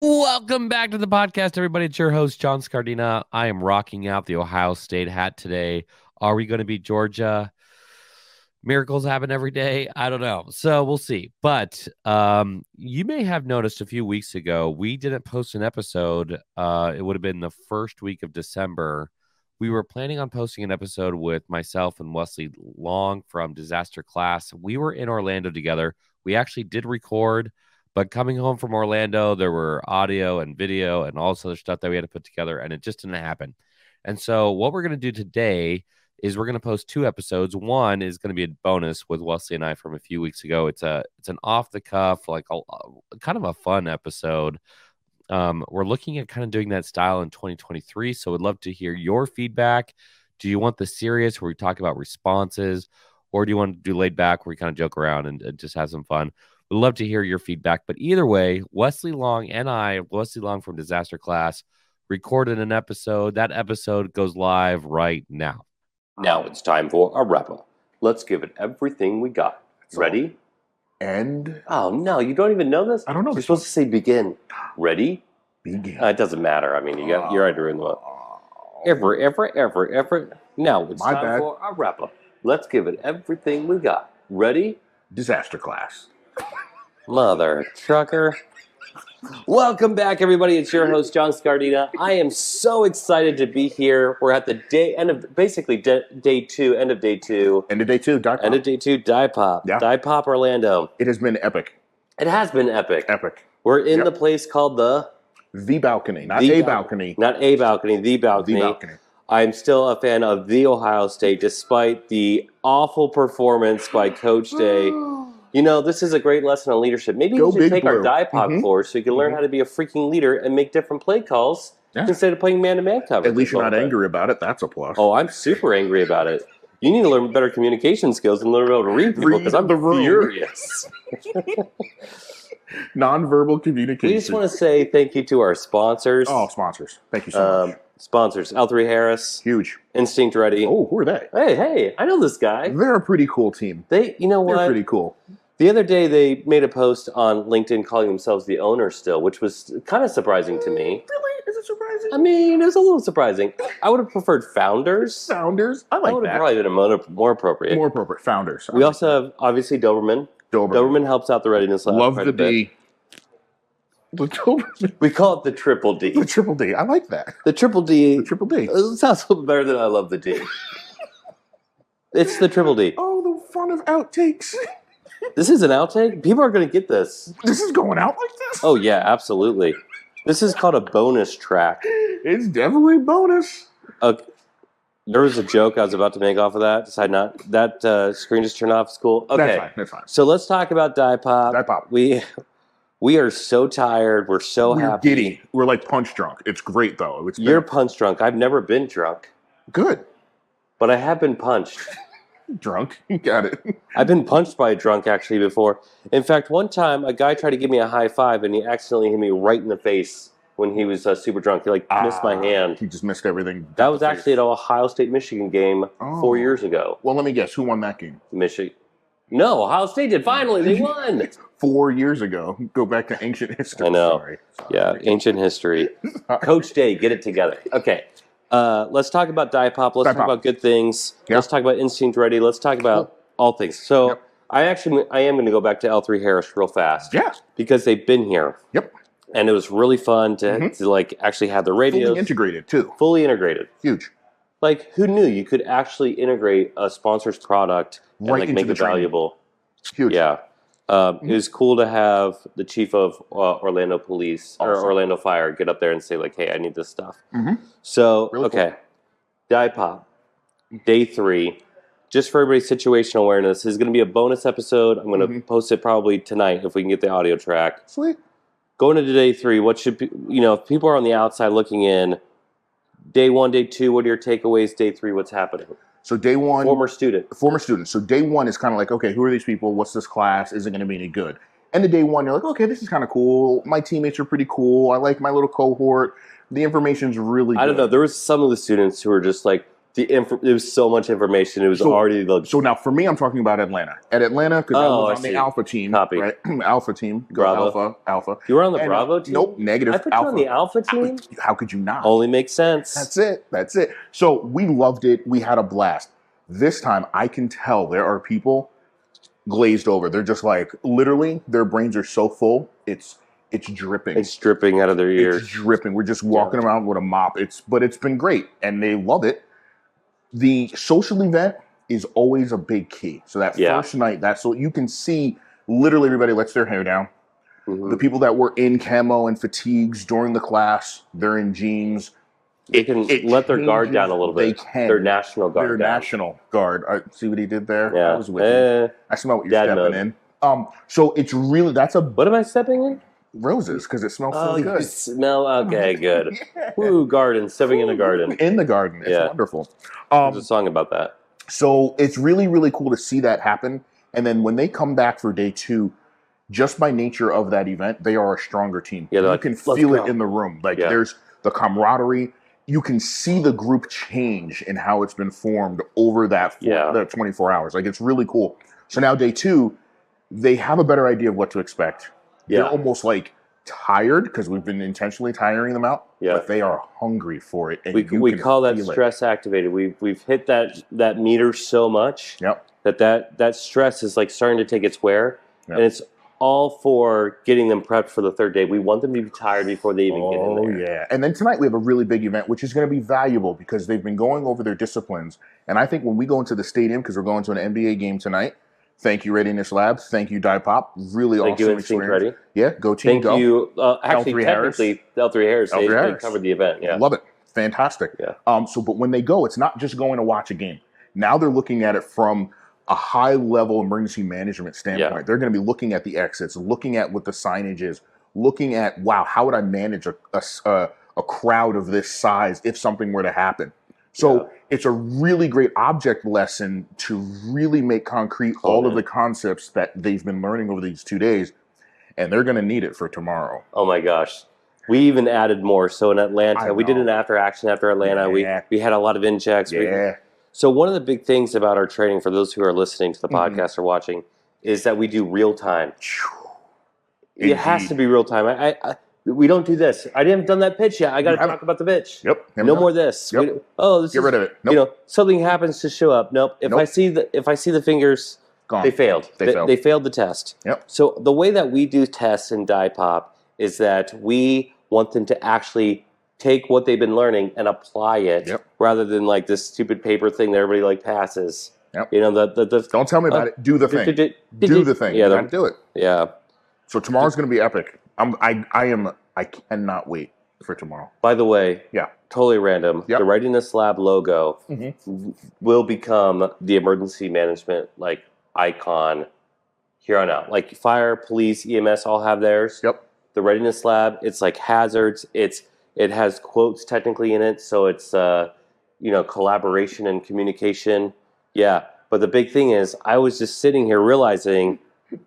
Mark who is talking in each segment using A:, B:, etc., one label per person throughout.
A: Welcome back to the podcast, everybody. It's your host, John Scardina. I am rocking out the Ohio State hat today. Are we going to be Georgia? Miracles happen every day. I don't know. So we'll see. But um, you may have noticed a few weeks ago, we didn't post an episode. Uh, it would have been the first week of December. We were planning on posting an episode with myself and Wesley Long from Disaster Class. We were in Orlando together. We actually did record. But coming home from Orlando, there were audio and video and all this other stuff that we had to put together, and it just didn't happen. And so, what we're going to do today is we're going to post two episodes. One is going to be a bonus with Wesley and I from a few weeks ago. It's a it's an off the cuff, like a, kind of a fun episode. Um, we're looking at kind of doing that style in 2023. So, we'd love to hear your feedback. Do you want the serious where we talk about responses, or do you want to do laid back where we kind of joke around and, and just have some fun? We'd love to hear your feedback. But either way, Wesley Long and I, Wesley Long from Disaster Class, recorded an episode. That episode goes live right now.
B: Now it's time for a wrap up. Let's give it everything we got. Ready?
C: And
B: Oh no, you don't even know this.
C: I don't know
B: You're
C: this
B: supposed to say begin. Ready?
C: begin. Oh.
B: Uh, it doesn't matter. I mean, you got, you're under in the ever, ever, ever, ever. Now it's
C: My
B: time
C: bad.
B: for a wrap up. Let's give it everything we got. Ready?
C: Disaster class.
B: Mother trucker. Welcome back, everybody. It's your host, John Scardina. I am so excited to be here. We're at the day end of basically day, day two, end of day two,
C: End of day two, Doc.
B: end of day two, Die Pop,
C: Yeah.
B: Die Pop Orlando.
C: It has been epic.
B: It has been epic.
C: Epic.
B: We're in
C: Yep.
B: the place called the
C: The balcony, not
B: The
C: a balcony.
B: balcony. not a balcony, the balcony.
C: The balcony.
B: I'm still a fan of the Ohio State, despite the awful performance by Coach Day. You know, this is a great lesson on leadership. Maybe
C: Go
B: we should
C: Big
B: take our
C: Blue.
B: die pop
C: Mhm.
B: course so you can learn
C: Mhm.
B: how to be a freaking leader and make different play calls
C: Yeah.
B: instead of playing man to man coverage.
C: At least you're
B: all
C: not
B: the time.
C: angry about it. That's a plus.
B: Oh, I'm super angry about it. You need to learn better communication skills and learn how to read people
C: Read
B: because I'm
C: the room.
B: furious.
C: Nonverbal
B: we
C: communication.
B: just want to say thank you to our sponsors.
C: oh, sponsors. Thank you so
B: um,
C: much.
B: sponsors L3 Harris,
C: Huge.
B: Instinct Ready.
C: Oh, who are they?
B: Hey, hey, I know this guy.
C: They're a pretty cool team.
B: They, you know
C: They're
B: what?
C: pretty cool.
B: The other day they made a post on LinkedIn calling themselves the owner still, which was kind of surprising to me.
C: Really? Is it surprising?
B: I mean, it was a little surprising. I would have preferred founders.
C: Sounders. I
B: That
C: like
B: would have
C: that.
B: probably been a more, more appropriate.
C: More appropriate. Founders.
B: we also have obviously Doberman.
C: Doberman.
B: Doberman helps out the readiness lab.
C: Love
B: quite
C: the
B: a bit.
C: D. The Doberman.
B: We call it the triple D. Uh,
C: The triple D. I like that.
B: The triple
C: The
B: D
C: triple D.
B: it sounds a little better than I love the D. it's the triple D.
C: Oh, the fun of outtakes.
B: This is an outtake. People are going to get this.
C: This is going out like this.
B: Oh yeah, absolutely. This is called a bonus track.
C: It's definitely bonus.
B: Okay. There was a joke I was about to make off of that. Decide not that uh, screen just turned off. It's cool.
C: That's
B: Okay,
C: fine. That's fine.
B: so let's talk about Die Pop.
C: That pop.
B: We we are so tired. We're so
C: We're
B: happy.
C: giddy. We're like punch drunk. It's great though. It's been
B: You're punch drunk. I've never been drunk,
C: good.
B: but I have been punched.
C: Drunk. Got it.
B: I've been punched by a drunk actually before. In fact, one time a guy tried to give me a high five and he accidentally hit me right in the face when he was uh, super drunk. He like missed my
C: Ah,
B: hand.
C: He just missed everything.
B: That was actually at an Ohio State Michigan game
C: Oh.
B: four years ago.
C: Well, let me guess. Who won that game?
B: Michigan. No, Ohio State did finally. They won.
C: Four years ago. Go back to ancient history.
B: I know.
C: Sorry. Sorry.
B: Yeah, ancient history. Coach Day, get it together. Okay. Uh, let's talk about Die Pop. Let's
C: Die
B: talk
C: Pop.
B: about good things.
C: Yeah.
B: Let's talk about Instinct Ready. Let's talk about all things. So
C: Yep.
B: I actually I am going to go back to L3 Harris real fast
C: Yeah.
B: because they've been here.
C: Yep.
B: And it was really fun to,
C: Mhm.
B: to like actually have the
C: Fully
B: radio
C: integrated too.
B: fully integrated.
C: Huge.
B: Like who knew you could actually integrate a sponsor's product and
C: Right
B: like
C: into
B: make
C: the
B: it
C: training.
B: valuable?
C: Huge.
B: Yeah. Um, It
C: Mhm.
B: was cool to have the chief of uh, Orlando Police or
C: Awesome.
B: Orlando Fire get up there and say, like, hey, I need this stuff.
C: Mhm.
B: So,
C: Really cool.
B: okay. Die Pop, day three. Just for everybody's situational awareness, this is going to be a bonus episode. I'm going to
C: Mhm.
B: post it probably tonight if we can get the audio track.
C: Sweet.
B: Going into day three, what should, pe- you know, if people are on the outside looking in, day one, day two, what are your takeaways? Day three, what's happening?
C: So day one.
B: Former student.
C: former students. So day one is kind of like, okay, who are these people? What's this class? Is it going to be any good? End of day one, you're like, okay, this is kind of cool. My teammates are pretty cool. I like my little cohort. The information's really.
B: I don't
C: good.
B: know. There was some of the students who were just like, the inf- it was so much information. It was
C: So-
B: already the
C: So now for me, I'm talking about Atlanta. At Atlanta, because
B: Oh,
C: I
B: I
C: was on the
B: see.
C: Alpha team.
B: Copy.
C: Right? alpha team. Go
B: Bravo.
C: Alpha. Alpha.
B: you were on the
C: And, uh,
B: Bravo team.
C: Nope. Negative.
B: I put
C: alpha.
B: you on the Alpha team. Oh,
C: How could you not?
B: Only makes sense.
C: That's it. That's it. So we loved it. We had a blast. This time, I can tell there are people glazed over. They're just like literally, their brains are so full. It's it's dripping.
B: it's dripping out of their
C: It's
B: ears.
C: dripping. We're just walking around with a mop. It's but it's been great, and they love it. The social event is always a big key. So that
B: Yeah.
C: first night, that's so you can see literally everybody lets their hair down.
B: Mhm.
C: The people that were in camo and fatigues during the class, they're in jeans.
B: They can let their guard
C: changes.
B: down a little
C: They
B: bit.
C: can.
B: Their national guard.
C: Their
B: down.
C: national guard. I see what he did there.
B: Yeah.
C: I was with you.
B: Eh,
C: I smell what you're
B: Dad
C: stepping
B: mode.
C: in. Um, so it's really that's a
B: what am I stepping in? Oh,
C: roses because it smells so
B: you
C: good.
B: smell. Okay, good.
C: Yeah.
B: Ooh, garden. Stepping in a garden.
C: In the garden. It's
B: Yeah.
C: wonderful. Um,
B: There's a song about that.
C: So it's really, really cool to see that happen. And then when they come back for day two, just by nature of that event, they are a stronger team.
B: Yeah,
C: you
B: they're like,
C: can
B: "Let's
C: feel
B: go."
C: it in the room. Like
B: Yeah.
C: there's the camaraderie. You can see the group change in how it's been formed over that, four,
B: Yeah.
C: that 24 uh, hours. Like it's really cool. So now day two, they have a better idea of what to expect. They're
B: Yeah.
C: almost like tired because we've been intentionally tiring them out.
B: Yeah.
C: But they are hungry for it. And
B: We,
C: you
B: we
C: can
B: call that
C: feel it.
B: stress activated. We've we've hit that that meter so much
C: Yep.
B: that that that stress is like starting to take its wear,
C: Yeah.
B: and it's all for getting them prepped for the third day. We want them to be tired before they even get in
C: Oh
B: there.
C: yeah! And then tonight we have a really big event, which is going to be valuable because they've been going over their disciplines. And I think when we go into the stadium, because we're going to an NBA game tonight. Thank you, Readiness Lab. Thank you, Die Pop. Really
B: Thank
C: awesome
B: you, Instinct
C: experience.
B: Ready.
C: Yeah, go team
B: Thank
C: go.
B: you. Uh, actually,
C: L3 Harris.
B: technically, L3 Harris.
C: L3
B: they, they
C: Harris.
B: covered the event. Yeah.
C: Love it. Fantastic.
B: Yeah.
C: Um, so, but when they go, it's not just going to watch a game. Now they're looking at it from a high level emergency management standpoint. They're going to be looking at the exits, looking at what the signage is, looking at, wow, how would I manage a, a s- a- a crowd of this size if something were to happen? So
B: Yeah.
C: it's a really great object lesson to really make concrete
B: Cool,
C: all of
B: man.
C: the concepts that they've been learning over these two days. And they're going to need it for tomorrow.
B: Oh my gosh. We even added more. So in
C: I
B: Atlanta, we did
C: know.
B: an after action after Atlanta.
C: Yeah.
B: We we had a lot of in checks. We-
C: Yeah.
B: So one of the big things about our training for those who are listening to the
C: Mhm.
B: podcast or watching is that we do real time. It has
C: Indeed.
B: to be real time. I, I, I we don't do this. I haven't done that pitch yet. I got to
C: You haven't.
B: talk about the pitch.
C: Yep. Here we
B: No
C: go.
B: more this.
C: Yep.
B: We- oh, this
C: Get
B: is,
C: rid of it. Nope.
B: you know something happens to show up. Nope. If I
C: Nope.
B: see the if I see the fingers,
C: Gone.
B: They failed.
C: They
B: They, they,
C: failed.
B: failed. the test.
C: Yep.
B: So the way that we do tests in Die Pop is that we want them to actually take what they've been learning and apply it
C: Yep.
B: rather than like this stupid paper thing that everybody like passes.
C: Yep.
B: You know, the the, the
C: Don't tell me
B: Uh,
C: about it. Do the thing.
B: do,
C: Do the thing.
B: Yeah,
C: You
B: the-
C: gotta do it.
B: yeah.
C: So tomorrow's gonna be epic. I'm I I am I cannot wait for tomorrow.
B: By the way,
C: Yeah.
B: totally random.
C: Yep. Mm-hmm.
B: The Readiness Lab logo will become the emergency management like icon here on out. Like fire, police, EMS all have theirs.
C: Yep.
B: The Readiness Lab, it's like hazards. It's it has quotes technically in it, so it's uh, you know collaboration and communication. Yeah, but the big thing is, I was just sitting here realizing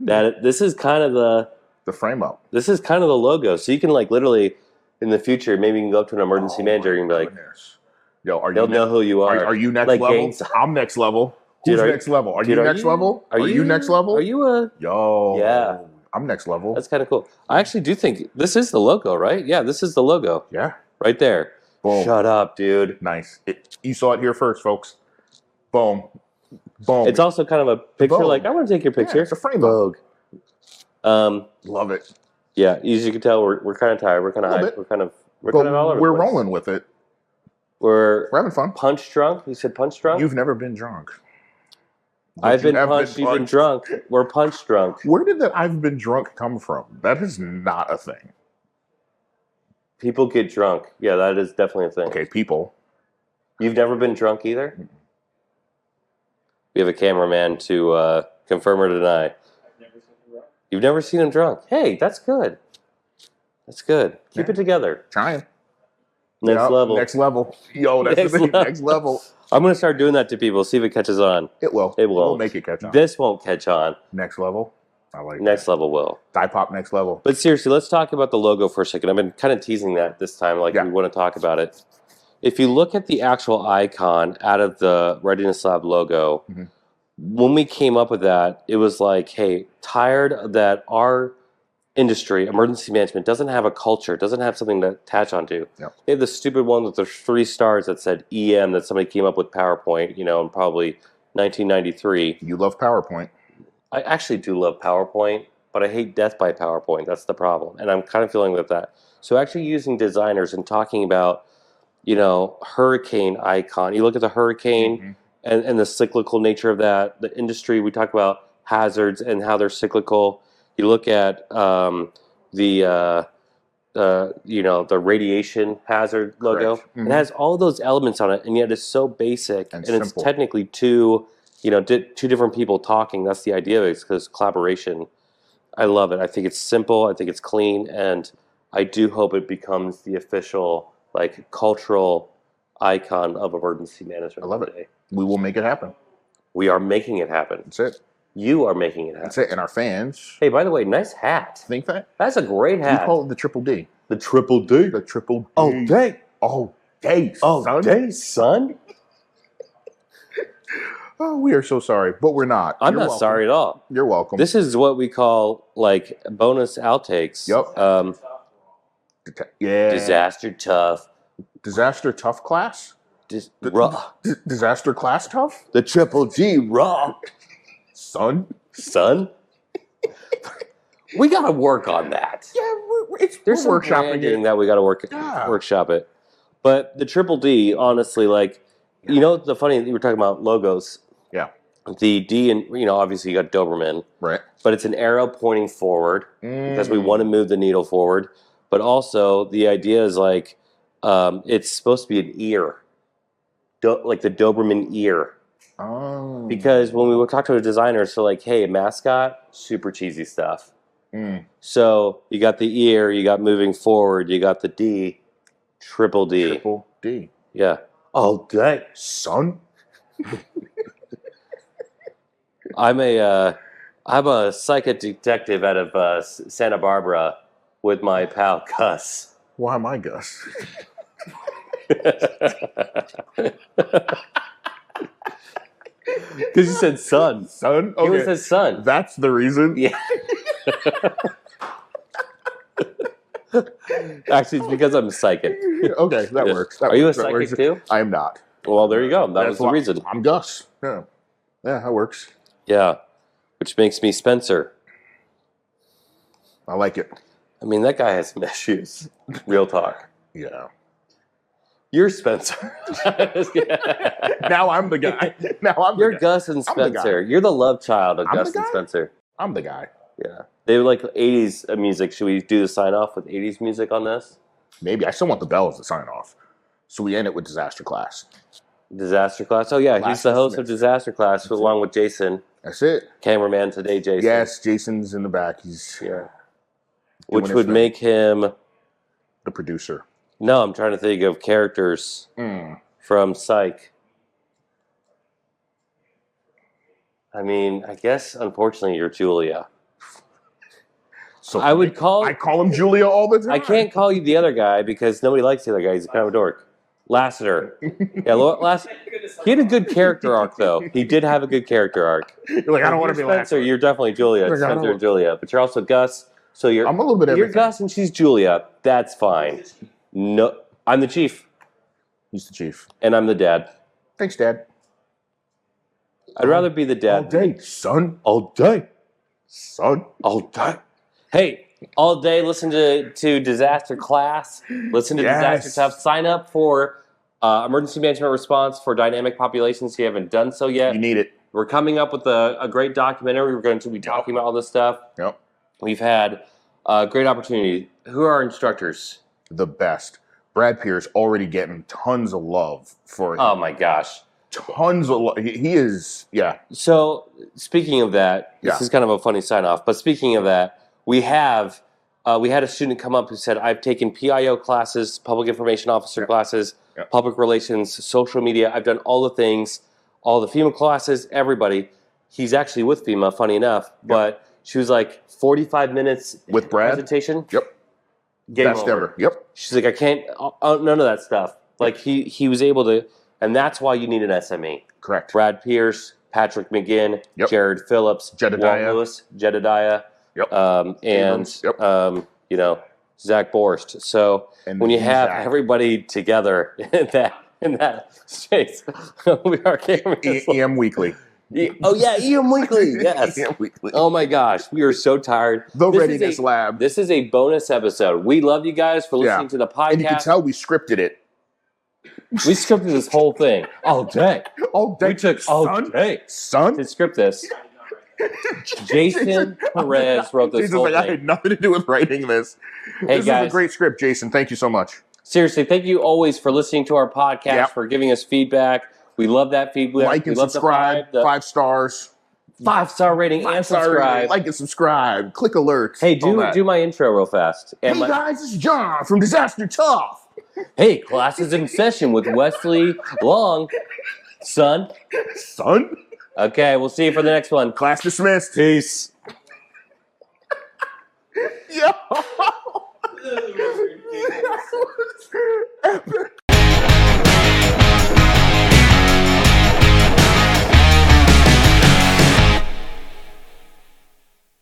B: that this is kind of the
C: The frame up.
B: this is kind of the logo. So you can like literally in the future, maybe you can go up to an emergency
C: Oh
B: manager
C: my
B: and be like,
C: goodness. Yo, are you
B: they'll know
C: ne-
B: who you are.
C: are, are you next
B: like
C: level?
B: gangs.
C: I'm next level.
B: Dude,
C: Who's
B: are you-
C: next level? Are
B: dude,
C: you
B: are
C: next
B: you-
C: level? Are, you, next level?
B: Are you a?
C: Yo.
B: Yeah.
C: I'm next level.
B: That's kind of cool. I actually do think this is the logo, right? Yeah, this is the logo
C: yeah.
B: right there.
C: Boom.
B: Shut up, dude.
C: Nice. It, you saw it here first, folks. Boom. Boom.
B: It's also kind of a picture.
C: Vogue.
B: Like I want to take your
C: Yeah,
B: picture.
C: it's a frame up.
B: um,
C: Love it.
B: yeah. As you can tell, we're, we're kind of tired. We're kind
C: A
B: of
C: little
B: high.
C: bit.
B: We're kind of we're
C: But
B: kind of all over. the
C: we're
B: place.
C: rolling with it.
B: We're
C: We're having fun.
B: punch drunk. You said punch drunk.
C: You've never been drunk. But
B: I've
C: you
B: been
C: have
B: punched. You've been
C: punched.
B: drunk. We're punch drunk.
C: Where did that I've been drunk come from? That is not a thing.
B: People get drunk. Yeah, that is definitely a thing.
C: Okay, people.
B: You've never been drunk either? We have a cameraman to uh, confirm or deny. You've never seen him drunk. Hey, that's good. That's good. Keep it together.
C: Trying.
B: Next
C: Yup,
B: level.
C: Next level. Yo, that's
B: Next
C: the thing.
B: level.
C: Next level.
B: I'm going to start doing that to people, see if it catches on.
C: It will.
B: It will.
C: We'll make it catch on.
B: This won't catch on.
C: next level. I like
B: Next level will.
C: that. Die pop next level.
B: But seriously, let's talk about the logo for a second. I've been kind of teasing that this time. Like,
C: Yeah.
B: we want to talk about it. If you look at the actual icon out of the Readiness Lab logo,
C: Mhm.
B: when we came up with that, it was like, hey, tired that our industry, emergency management, doesn't have a culture, doesn't have something to attach onto.
C: Yep.
B: They had the stupid one with the three stars that said EM that somebody came up with PowerPoint, you know, in probably 1993.
C: You love PowerPoint.
B: I actually do love PowerPoint, but I hate death by PowerPoint. That's the problem. And I'm kind of feeling with that. So actually using designers and talking about, you know, hurricane icon. You look at the hurricane
C: Mhm.
B: and, and the cyclical nature of that. The industry, we talk about hazards and how they're cyclical. You look at um, the, uh, uh, you know, the radiation hazard logo.
C: Correct.
B: It
C: Mhm.
B: has all those elements on it, and yet it's so basic,
C: And
B: and, it's
C: simple.
B: technically two, you know, di- two different people talking. That's the idea of it, because collaboration. I love it. I think it's simple. I think it's clean, and I do hope it becomes the official, like, cultural icon of emergency management.
C: I love it.
B: today.
C: We will make it happen.
B: We are making it happen.
C: That's it.
B: You are making it happen.
C: That's it. And our fans
B: Hey, by the way, nice hat.
C: think that.
B: That's a great
C: We
B: hat.
C: call it the triple D.
B: the triple D.
C: The triple D.
B: day,
C: All day. son.
B: day, son.
C: Oh, we are so sorry, but we're not.
B: I'm
C: You're
B: not
C: welcome.
B: sorry at all.
C: You're welcome.
B: This is what we call like bonus outtakes.
C: Yep.
B: Um,
C: Deta- yeah.
B: disaster tough.
C: Disaster tough class.
B: Dis-
C: The-
B: raw.
C: D- disaster class tough,
B: The triple G raw.
C: son.
B: Son. we got to work on that.
C: Yeah, we're, we're- it's
B: There's
C: we're
B: some
C: workshopping
B: branding
C: it.
B: that we got to work
C: Yeah.
B: workshop it. But the triple D, honestly, like you know the funny you were talking about logos.
C: Yeah.
B: The D and you know obviously you got Doberman,
C: Right.
B: but it's an arrow pointing forward. because we
C: Mm.
B: want to move the needle forward. But also, the idea is like um, it's supposed to be an ear, Do- like the Doberman ear.
C: Oh.
B: Because when we would talk to the designers, they're like, "Hey, mascot, super cheesy stuff."
C: Mm.
B: So you got the ear, you got moving forward, you got the D, triple D,
C: triple D,
B: yeah. All day.
C: son.
B: I'm a uh, I'm a psychic detective out of uh, S- Santa Barbara with my pal Gus.
C: Why am I Gus?
B: Because you said son.
C: Son.
B: He was
C: Okay.
B: his son.
C: That's the reason.
B: Yeah. Actually, it's because I'm psychic.
C: okay, that
B: Yeah.
C: works. That
B: Are you a
C: works, that
B: psychic
C: works.
B: too?
C: I am not.
B: Well, there you go. That
C: That's
B: was the
C: why-
B: reason.
C: I'm Gus. Yeah. Yeah, that works.
B: Yeah. Which makes me Spencer.
C: I like it.
B: I mean, that guy has some issues. Real talk.
C: Yeah.
B: You're Spencer.
C: Now I'm the guy. Now I'm
B: You're
C: the guy.
B: Gus and
C: I'm the guy.
B: Spencer. You're the love child of
C: I'm the
B: Gus and
C: guy.
B: Spencer.
C: I'm the guy.
B: Yeah. They were like 80s music. Should we do the sign off with 80s music on this?
C: Maybe I still want the bells to sign off. So we end it with disaster class.
B: Disaster Class. Oh, yeah. he's
C: Blaster
B: the host
C: Smith.
B: of Disaster Class
C: That's it.
B: along with Jason,
C: That's it.
B: cameraman today, Jason.
C: Yes, Jason's in the back. He's
B: Yeah.
C: Doing
B: Which
C: his
B: would
C: thing.
B: make him.
C: the producer.
B: No, I'm trying to think of characters
C: Mm.
B: from Psych. I mean, I guess unfortunately you're Julia.
C: So
B: I would call.
C: I
B: I,
C: call him Julia all the time.
B: can't call you the other guy because nobody likes the other guy. He's kind of a dork. Lassiter. Yeah, Lo- Lass- he had a good character arc though. He did have a good character arc.
C: You're like I don't
B: If
C: want to
B: you're
C: be
B: Spencer.
C: last.
B: You're definitely Julia.
C: Like, I don't
B: Spencer
C: want-
B: and Julia, but you're also Gus. So you're
C: I'm a little bit
B: you're
C: everything.
B: Gus and she's Julia. That's fine. No, I'm the chief
C: He's the chief.
B: and I'm the dad.
C: Thanks, Dad.
B: I'd rather be the
C: All
B: dad.
C: day, son.
B: All day.
C: Son.
B: All day. Hey, all day. Listen to to disaster class. Listen to disaster
C: Yes.
B: stuff. Sign up for. Uh, emergency management response for dynamic populations. If you haven't done so yet,
C: You need it.
B: We're coming up with a, a great documentary. We're going to be talking about all this stuff.
C: Yep.
B: We've had a great opportunity. Who are our instructors?
C: The best. Brad Pierce already getting tons of love for
B: Oh my gosh.
C: tons of love. He, he is yeah.
B: So, speaking of that,
C: Yeah.
B: this is kind of a funny sign off, but speaking of that, we have. Uh, we had a student come up who said, I've taken PIO classes, public information officer
C: Yep.
B: classes,
C: Yep.
B: public relations, social media. I've done all the things, all the FEMA classes, everybody. He's actually with FEMA, funny enough, but she was like 45 minutes
C: With Brad?
B: presentation.
C: Yep.
B: Game
C: best
B: over.
C: ever. Yep.
B: She's like, I can't, uh, uh, none of that stuff. Like he he was able to, and that's why you need an E. SME.
C: Correct.
B: Brad Pierce, Patrick McGinn,
C: Yep.
B: Jared Phillips,
C: Jedediah.
B: Walt Lewis, Jedediah,
C: Yep.
B: um, and
C: Abrams, yep.
B: um, you know Zach Borst. So
C: And
B: when you
C: then
B: have
C: Mm-hmm. Zach.
B: everybody together in that in that space, we are
C: E-
B: cameras.
C: EM Weekly.
B: E- oh yeah, Ian Weekly. Yes.
C: EM Weekly.
B: Oh my gosh, we are so tired.
C: The
B: This is
C: Readiness
B: a-
C: Lab.
B: This is a bonus episode. We love you guys for
C: Yeah.
B: listening to the podcast.
C: and you can tell we scripted it
B: we scripted this whole thing all day.
C: all day. Oh,
B: We took all
C: son,
B: day to
C: son.
B: script this. Jason Perez wrote this
C: Jesus,
B: whole
C: like I
B: thing.
C: had nothing to do with writing this.
B: Hey
C: this is
B: guys,
C: a great script, Jason. Thank you so much.
B: seriously, thank you always for listening to our podcast,
C: Yep.
B: for giving us feedback. We love that feedback.
C: like
B: we
C: and
B: love the
C: subscribe.
B: vibe, the
C: five stars.
B: five star rating
C: Five
B: and
C: star rating,
B: subscribe.
C: Like and subscribe. Click alerts.
B: hey,
C: all
B: do
C: that.
B: do my intro real fast.
C: Hey
B: And my-
C: guys, this is John from Disaster Tough.
B: hey, class is in session with Wesley Long, son.
C: Son,
B: Okay, we'll see you for the next one.
C: class dismissed.
B: Peace.